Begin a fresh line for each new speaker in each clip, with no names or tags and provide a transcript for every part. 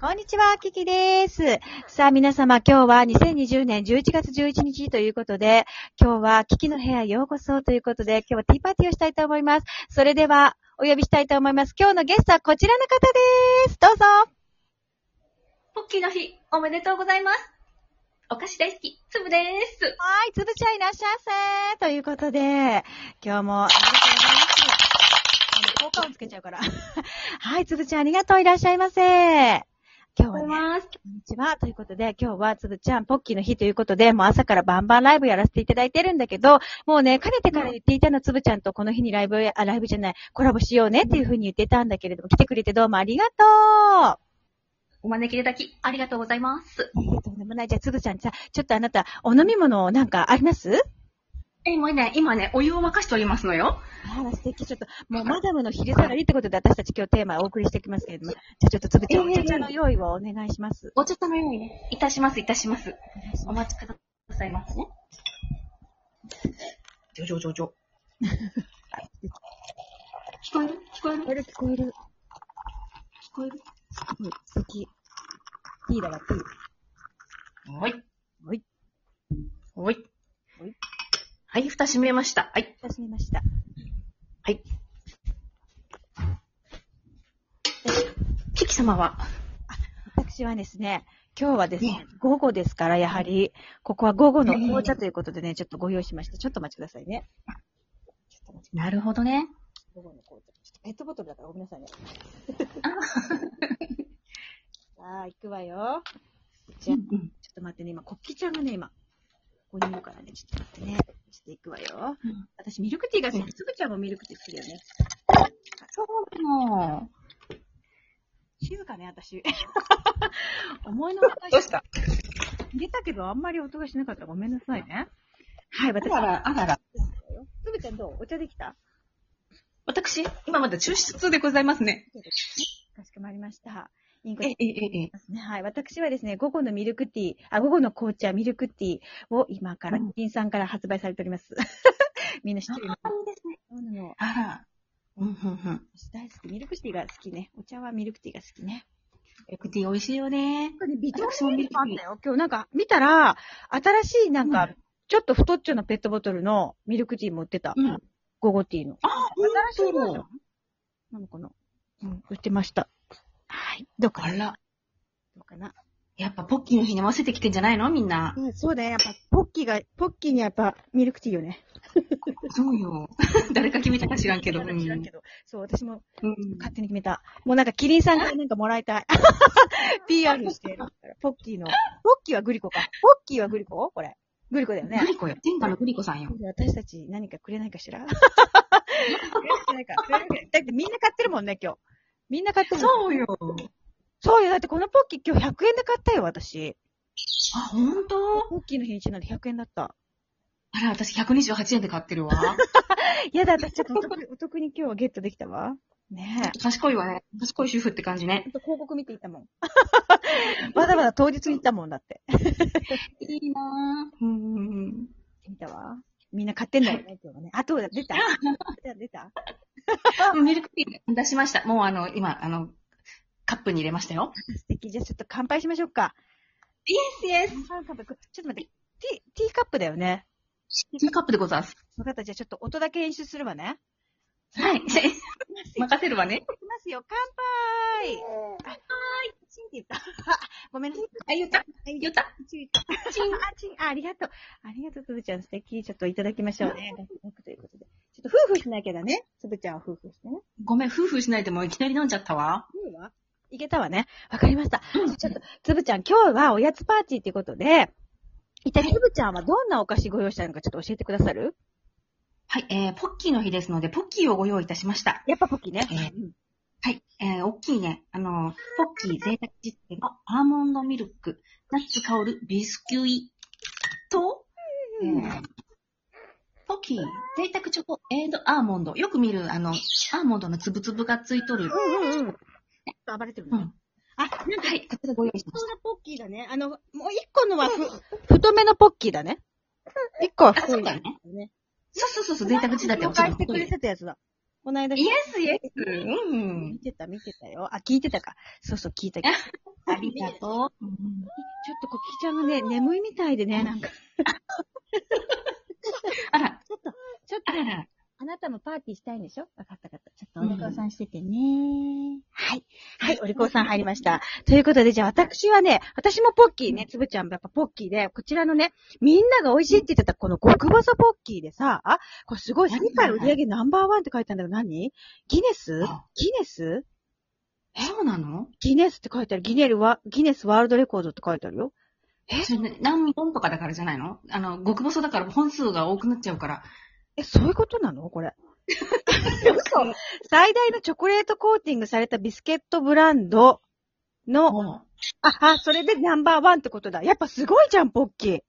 こんにちは、キキです。さあ皆様、今日は2020年11月11日ということで、今日はキキの部屋へようこそということで、今日はティーパーティーをしたいと思います。それでは、お呼びしたいと思います。今日のゲストはこちらの方です。どうぞ。
ポッキーの日、おめでとうございます。お菓子大好き、つぶです。
はい、つぶちゃんいらっしゃいませ。ということで、今日もありがとうございます。あの効果音つけちゃ うから。はい、つぶちゃんありがとういらっしゃいませ。今日はね、
ます。
こんにちは。ということで、今日はつぶちゃん、ポッキーの日ということで、もう朝からバンバンライブやらせていただいてるんだけど、もうね、かねてから言っていたの、つぶちゃんとこの日にライブや、あ、ライブじゃない、コラボしようねっていうふうに言ってたんだけれども、来てくれてどうもありがと
お招きいただき、ありがとうございます。
う。ありがとうでもない。じゃあ、つぶちゃんさ、ちょっとあなた、お飲み物なんかあります
え、もうね、今ね、お湯を沸かしておりますのよ。
あら、素敵。ちょっと、もうマダムの昼下がりってことで、私たち今日テーマをお送りしてきますけれども、じゃあちょっとつぶちゃん、お茶茶の用意をお願いします。
お茶のようにね、いたします、いたします。
お願いし
お
ます
待ちくださいますね。じょじょじょじょ。聞こえる聞こえ
聞
る
こえる、聞こえる。
聞こえる
うん、素敵。いいだわ、いい。
おい。
おい。
おい。
おい
はい、蓋閉めました。はい。
楽しみました。
はい。キキ様は、
私はですね、今日はですね
ね、
午後ですから、やはり、ここは午後の紅茶ということでね、ちょっとご用意しました。ちょっとお待ちくださいね。ちょっとお待ちください
なるほどね。
午後の紅茶。ちょっとペットボトルだからごめんなさいね。 さあ、行くわよ。じゃあ、ちょ
うん
っと待ってね、今、コッキーちゃんがね、今、ここにいるからね、ちょっと待ってね。ちょっと行くわよ。
うん
私、ミルクティーが好き。つぶちゃんもミルクティー好きだよね。
そうなの。
静かね、私。 思いのほか
どうした
出たけど、あんまり音がしなかったらごめんなさいね。はい、私。
ら、あらら。
つぶちゃんどうお茶できた
私、今まだ抽出でございますね。
かしこまりました。インコ
え、え、え、え。
ね。はい。私はですね、午後のミルクティー、あ、午後の紅茶、ミルクティーを今から、
うん
キリンさんから発売されており ます。みんな知ってるよね。
いいですね。
そうなの。
あら。うん、うん、うん。
私大好き。ミルクティーが好きね。お茶はミルクティーが好きね。
エクティ美味しいよね。
これね、ビ
トン
ンもあったよ。今日なんか見たら、新しいなんか、
うん
ちょっと太っちょのペットボトルのミルクティーも売ってた。
うん。
午後ティーの。
あ、
新しいバージョン
の
なのかなうん、売ってました。はい。どうか
あ
な
ら。
どうかな
やっぱポッキーの日に合わせてきてんじゃないのみんな。
うん、そうだよ。やっぱ、ポッキーが、ポッキーにはやっぱ、ミルクティーよね。
そうよ。 誰か決めたか知らんけど。
知らんけど。そう、私も
うん。
勝手に決めた。もうなんか、キリンさんからなんかもらいたい。PR してるから。ポッキーの。ポッキーはグリコか。ポッキーはグリコこれ。グリコだよね
グ。リコよ。天下のグリコさんよ。
私たちに何かくれないかしらくれないか。くれないかだってみんな買ってるもんね、今日。みんな買ってるもん。
そうよ。
そうよ。だってこのポッキー今日100円で買ったよ、私。
あ、ほんと
ポッキーの日にちなんで100円だった。
あら、私128円で買って るわ。
やだ、私ちょっとお得お得に今日はゲットできたわ。ねえ。
賢いわね。賢い主婦って感じね
ほ。んと広告見ていた もん。わざわざ当日に行ったもんだって。
いいなぁ。うんうんうん。
見たわ。みんな買ってんだよね、今日はね。あ、どうだ、出 た出た出た
うんミルクティー出しました。もうあの、今、あの、カップに入れましたよ。
素敵。じゃあちょっと乾杯しましょうか。
イエスイエ
乾杯乾杯。こちょっと待って。ティー、ティーカップだよね。
スティーカップでございます。
分かった。じゃあちょっと音だけ演出するわね。
はい。 任せるわね。
いきますよ。乾杯あはーい。チンって言った。 あごめんなさい。
あ、言った
はい
言った
チン言った。チン、あ、チン、あ、ありがとう。ありがとう、つぶちゃん。素敵。ちょっといただきましょうね。ということで。ちょっと夫婦しなきゃだね。つぶちゃんは夫婦してね。
ごめん、夫婦しないでもういきなり飲んじゃったわ。
いいわ。いけたわね。わかりました。ちょっと、つぶちゃん、今日はおやつパーティーってことで、一体つぶちゃんはどんなお菓子ご用意したのかちょっと教えてくださる
はい、えー、ポッキーの日ですので、ポッキーをご用意いたしました。
やっぱポッキーね。
えーはい、えー、大きいね、あの、ポッキー贅沢実験のアーモンドミルク、ナッツ香るビスキュイと、え
うん
ー、ポッキー贅沢チョコアーモンド。よく見る、あの、アーモンドのつぶつぶがついとる。
うんうんうん。暴れてるね。
うん
あ、なんか、
はい、こちらご用意しま
普
し
通のポッキーだね。あの、もう一個のはふ、太めのポッキーだね。一個は
た。あ、
太
そう
い。
だよね。
ね。
そうそうそうそう、贅沢地だって
紹
おっしゃ
介
る
してくれてたやつだ。この間、
イエスイエス。う
見
ん。
てた、見てたよ。あ、聞いてたか。そうそう、聞いた。
ありがとう。
ょっとコキちゃんがね、眠いみたいでね、なんか。
あら、
ちょっと、ちょっ
あ
と、
らら。
あなたもパーティーしたいんでしょわかったわかった。ちょっ
うん
とお利口さんしててね。はい。はい、お利口さん入りました。ということで、じゃあ私はね、私もポッキーね、つぶちゃんもやっぱポッキーで、こちらのね、みんなが美味しいって言ってたこの極細ポッキーでさ、あ、これすごい、世界売り上げナンバーワンって書いてあるんだけど何ギネス
あ
ギネス
そうなの
ギネスって書いてある。ギネルは、ギネスワールドレコードって書いてあるよ。
それね何本とかだからじゃないのあの、極細だから本数が多くなっちゃうから。
え、そういうことなのこれ。嘘最大のチョコレートコーティングされたビスケットブランドの、
もう
あ、あ、それでナンバーワンってことだ。やっぱすごいじゃん、ポッキー。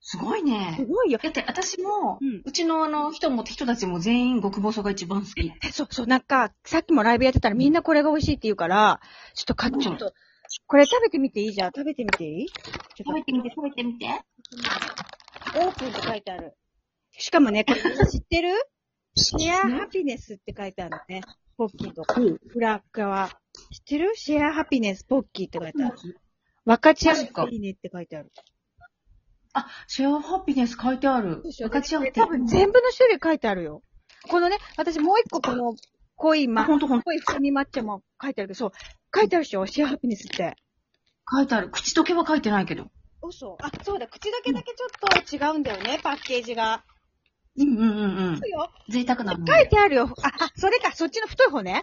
すごい
す
ね。
ごいよ。
だって私も、
うん
うちのあの人も人たちも全員極細が一番好き。
えそう、そう、なんか、さっきもライブやってたらみんなこれが美味しいって言うから、ちょっとか、
うん
ちょっと、これ食べてみていいじゃん。食べてみていいちょ
食
っ
べてみて、食べてみて。
と、オープンって書いてある。しかもね、これみんな知ってるシェアハピネスって書いてあるね。ポッキーとフラッカは。知ってるシェアハピネス、ポッキーって書いてある。若ち合っていいねって書いてある。
あ、シェアハピネス書いてある。分かち合う
多分全部の種類書いてあるよ。このね、私もう一個この濃い
あ、
ま、
ほんとほんと。
濃い風味抹茶も書いてあるけど、そう、書いてあるでしょシェアハピネスって。
書いてある。口溶けは書いてないけど。
嘘あ、そうだ、口だけだけちょっと違うんだよね、パッケージが。
うんうんうんうん
そう。よ。
贅沢なもん
書い
で。
てあるよ。あ、あ、それか、そっちの太い方ね。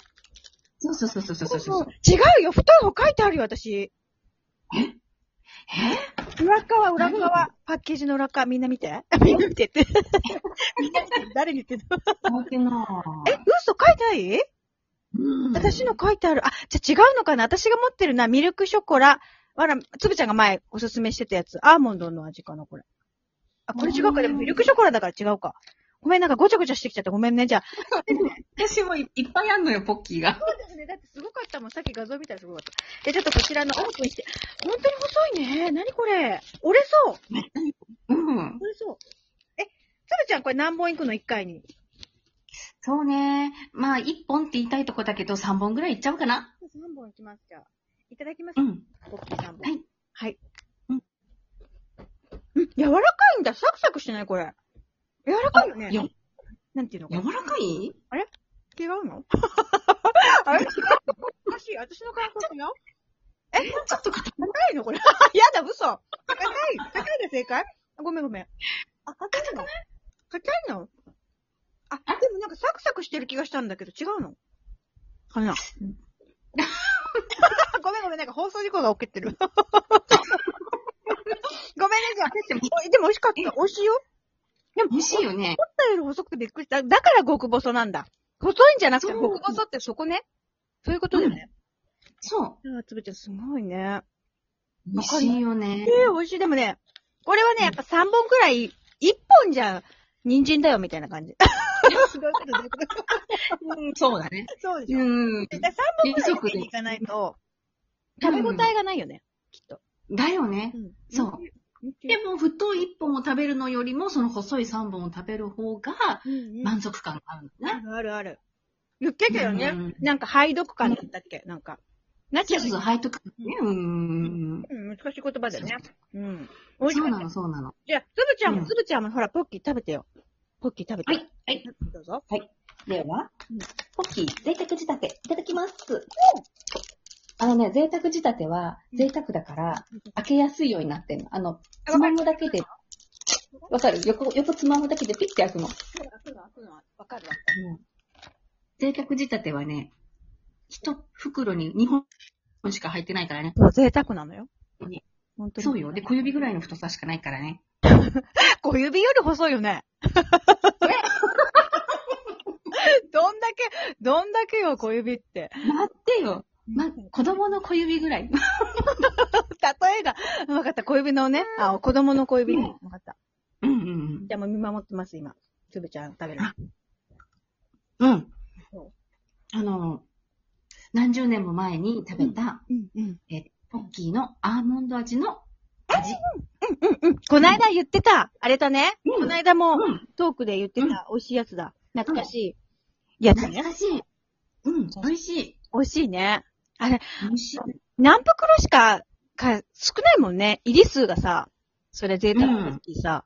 そうそうそうそうそうそうそう。
違うよ、太い方書いてあるよ、私。
え
裏側、裏側。パッケージの裏側、みんな見て。みんな見て って。みんな見て、誰に言ってんの
書いてな
え
い。、
嘘書いてない
うん
私の書いてある。あ、じゃあ違うのかな私が持ってるな。ミルクショコラ。あら、つぶちゃんが前おすすめしてたやつ。アーモンドの味かな、これ。あ、これ違う
う
か。
ん
でもミルクショコラだから違うか。ごめん、なんかごちゃごちゃしてきちゃってごめんね。じゃあ。
私もいいっぱいあんのよ、ポッキーが。
そうですね。だってすごかったもん。さっき画像見たらすごかった。で、ちょっとこちらのオープンして。本当に細いね。なにこれ。折れそう。
うん。
折れそう。え、つぶちゃんこれ何本いくの ?1 回に。
そうね。まあ、一本って言いたいとこだけど、三本ぐらいいっちゃうかな。
3本いきます。じゃあ。いただきます
う。ん。
ポッキー3本。
はい。
はい。
うん
うん。柔らかいんだ。サクサクしてないこれ。柔らかいよね。
あよ
なんていうのこれ
柔らかい
違う のあれ違うおかしい。私の感覚よ。
ちょっと硬い。
高いのこれ。 やだ、嘘。高い。高いで正解ごめんごめん。あ、硬いの硬いのあ、でもなんかサクサクしてる気がしたんだけど、違うのか なごめんごめん、なんか放送事故が起きて る。ごめんね、じゃあ。
でも
おでも美味しかった。美味しいよ。でも、
美味しいよね。
思ったより細くてびっくりした。だから極細なんだ。細いんじゃなくて、
そう
極細ってそこね。そういうことだよね。
そう。
ああ、つぶちゃんすごいね。
美味しいよね
え。え美味しい。でもね、これはね、やっぱ3本くらい、1本じゃ、人参だよ、みたいな感じ。そういうことそういうこと
うんそうだね。
そうでしょ。
うん。
だから3本くらい食べに行かないと、食べ応えがないよね、きっと。
だよね。
ん
そう。でも、太い一本を食べるのよりも、その細い三本を食べる方が、
うんうん
満足感があるんだ
あ
ね。
るあるある。言ってたよね。
うん
なんか、背読感だったっけなんか。なっち
そ
ゃ
う
う
そうそう、背徳感ね。うん。
うん、難しい言葉だよね。うん。美味し
そ
か
う
っ
な
た
の、。そうなの。
じゃあ、つぶちゃん
う
も、
ん
つぶちゃんも、ほら、ポッキー食べてよ。ポッキー食べて。
はい。、はい。
どうぞ。
では
うん、
ポッキー、贅沢仕立て、いただきます。あのね、贅沢仕立ては、
うん
贅沢だから、開けやすいようになってんの。あの、
あ
つまむだけで、わかる横、横つまむだけでピッて開くの。
そうだ、そうだ、そうだ、わかるわ。
贅沢仕立てはね、一袋に2本しか入ってないからね。
そう、贅沢なのよ
ね。
本当に。
そうよ。で、小指ぐらいの太さしかないからね。
小指より細いよね。 どんだけ、どんだけよ、小指って。
待ってよ。ま、子供の小指ぐらい。
例えが、わかった、小指のね、あ、子供の小指ね。わかった。
うんうん
じゃあもう見守ってます、今。つぶちゃん食べる。
うん。うん
そう。
あの、何十年も前に食べた、
うん、うん。
え、ポッキーのアーモンド味の味。
うん、こないだ言ってた。あれだね。
うん
こないだも、
うん。
トークで言って
うん
た、美味しいやつだ。懐かしい。やつ
懐
ね。
かしい。うん。美味しい。
美味しいね。あれ、
美味しい。
何袋しか、か、少ないもんね。入り数がさ、それ贅沢だしさ。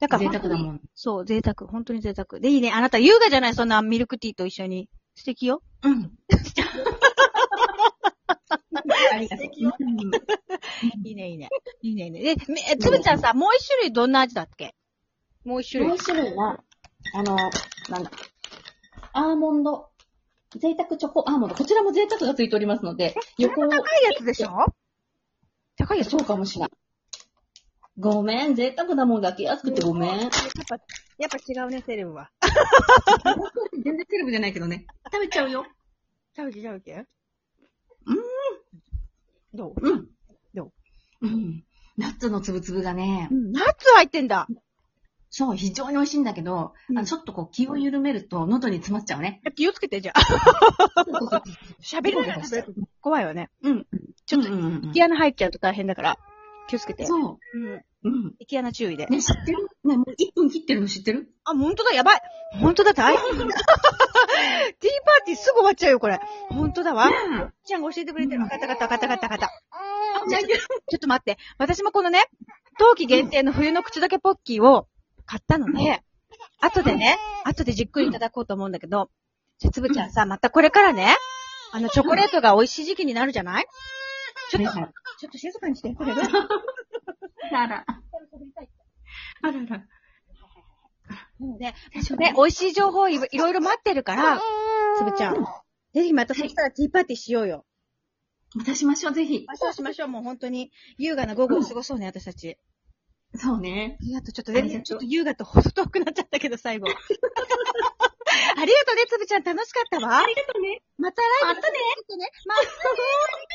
だから本
贅
当
沢
に
だもん。
そう、贅沢。本当に贅沢。で、いいね。あなた優雅じゃないそんなミルクティーと一緒に。素敵よ。
うん。ありがとう。
いいね、いいね。いいね、いいね。で、めえつぶちゃんさ、もう一種類どんな味だっけもう一種
も
類。
う一種類は、あの、なんだ。アーモンド。贅沢チョコアーモンド。こちらも贅沢がついておりますので、横 を、
高いやつでしょ高いやつ。
そうかもしれん。ごめん、贅沢だもんだけ安くてごめん。
やっぱ、やっぱ違うね、セレブは。
全然セレブじゃないけどね。食べちゃうよ。
ちゃうけ、ちゃうけ。うーん。どう
うん。
ど
ううん。ナッツのつぶつぶがね
う、ん、ナッツ入ってんだ。
そう、非常に美味しいんだけど、
うん
あのちょっとこう気を緩めると喉に詰まっちゃうね。
気をつけて、じゃあ。 喋りながら食べると怖いわね。うん。
ちょっと、うんうんうん
イキアナ入っちゃうと大変だから、気をつけて。。
そう
うん。
う。うん。
イキアナ注意で。
ね、知ってるね、もう1分切ってるの知ってる
あ、本当だ、やばい。本当だ、大変だ。ティー パーティーすぐ終わっちゃうよ、これ。本当だわ。ちゃんが教えてくれてる。わかったわかったわかったわかったわかった。
じゃあ
ちょっと待って。私もこのね、冬季限定の冬の口どけポッキーを買ったので、後でね、後でじっくりいただこうと思うんだけど、じゃあ、つぶちゃんさ、またこれからね、あの、チョコレートが美味しい時期になるじゃないちょっと、
あ
ちょっと静かにして。これどう
らら。あらら。
ね、ね、美味しい情報をいろいろいろ待ってるから、つぶちゃん。ぜひまたそしたらティーパーティーしようよ。
またしましょう、ぜひ。
ましょうしましょう、もう本当に。優雅な午後を過ごそうね、私たち。
そうね。
ありがとう。ちょっと
ありが
ね、
とう
ちょっと優雅と細遠くなっちゃったけど、最 後。ありがとうね、つぶちゃん。楽しかったわ。ありがとうね。また来月。またね。またね。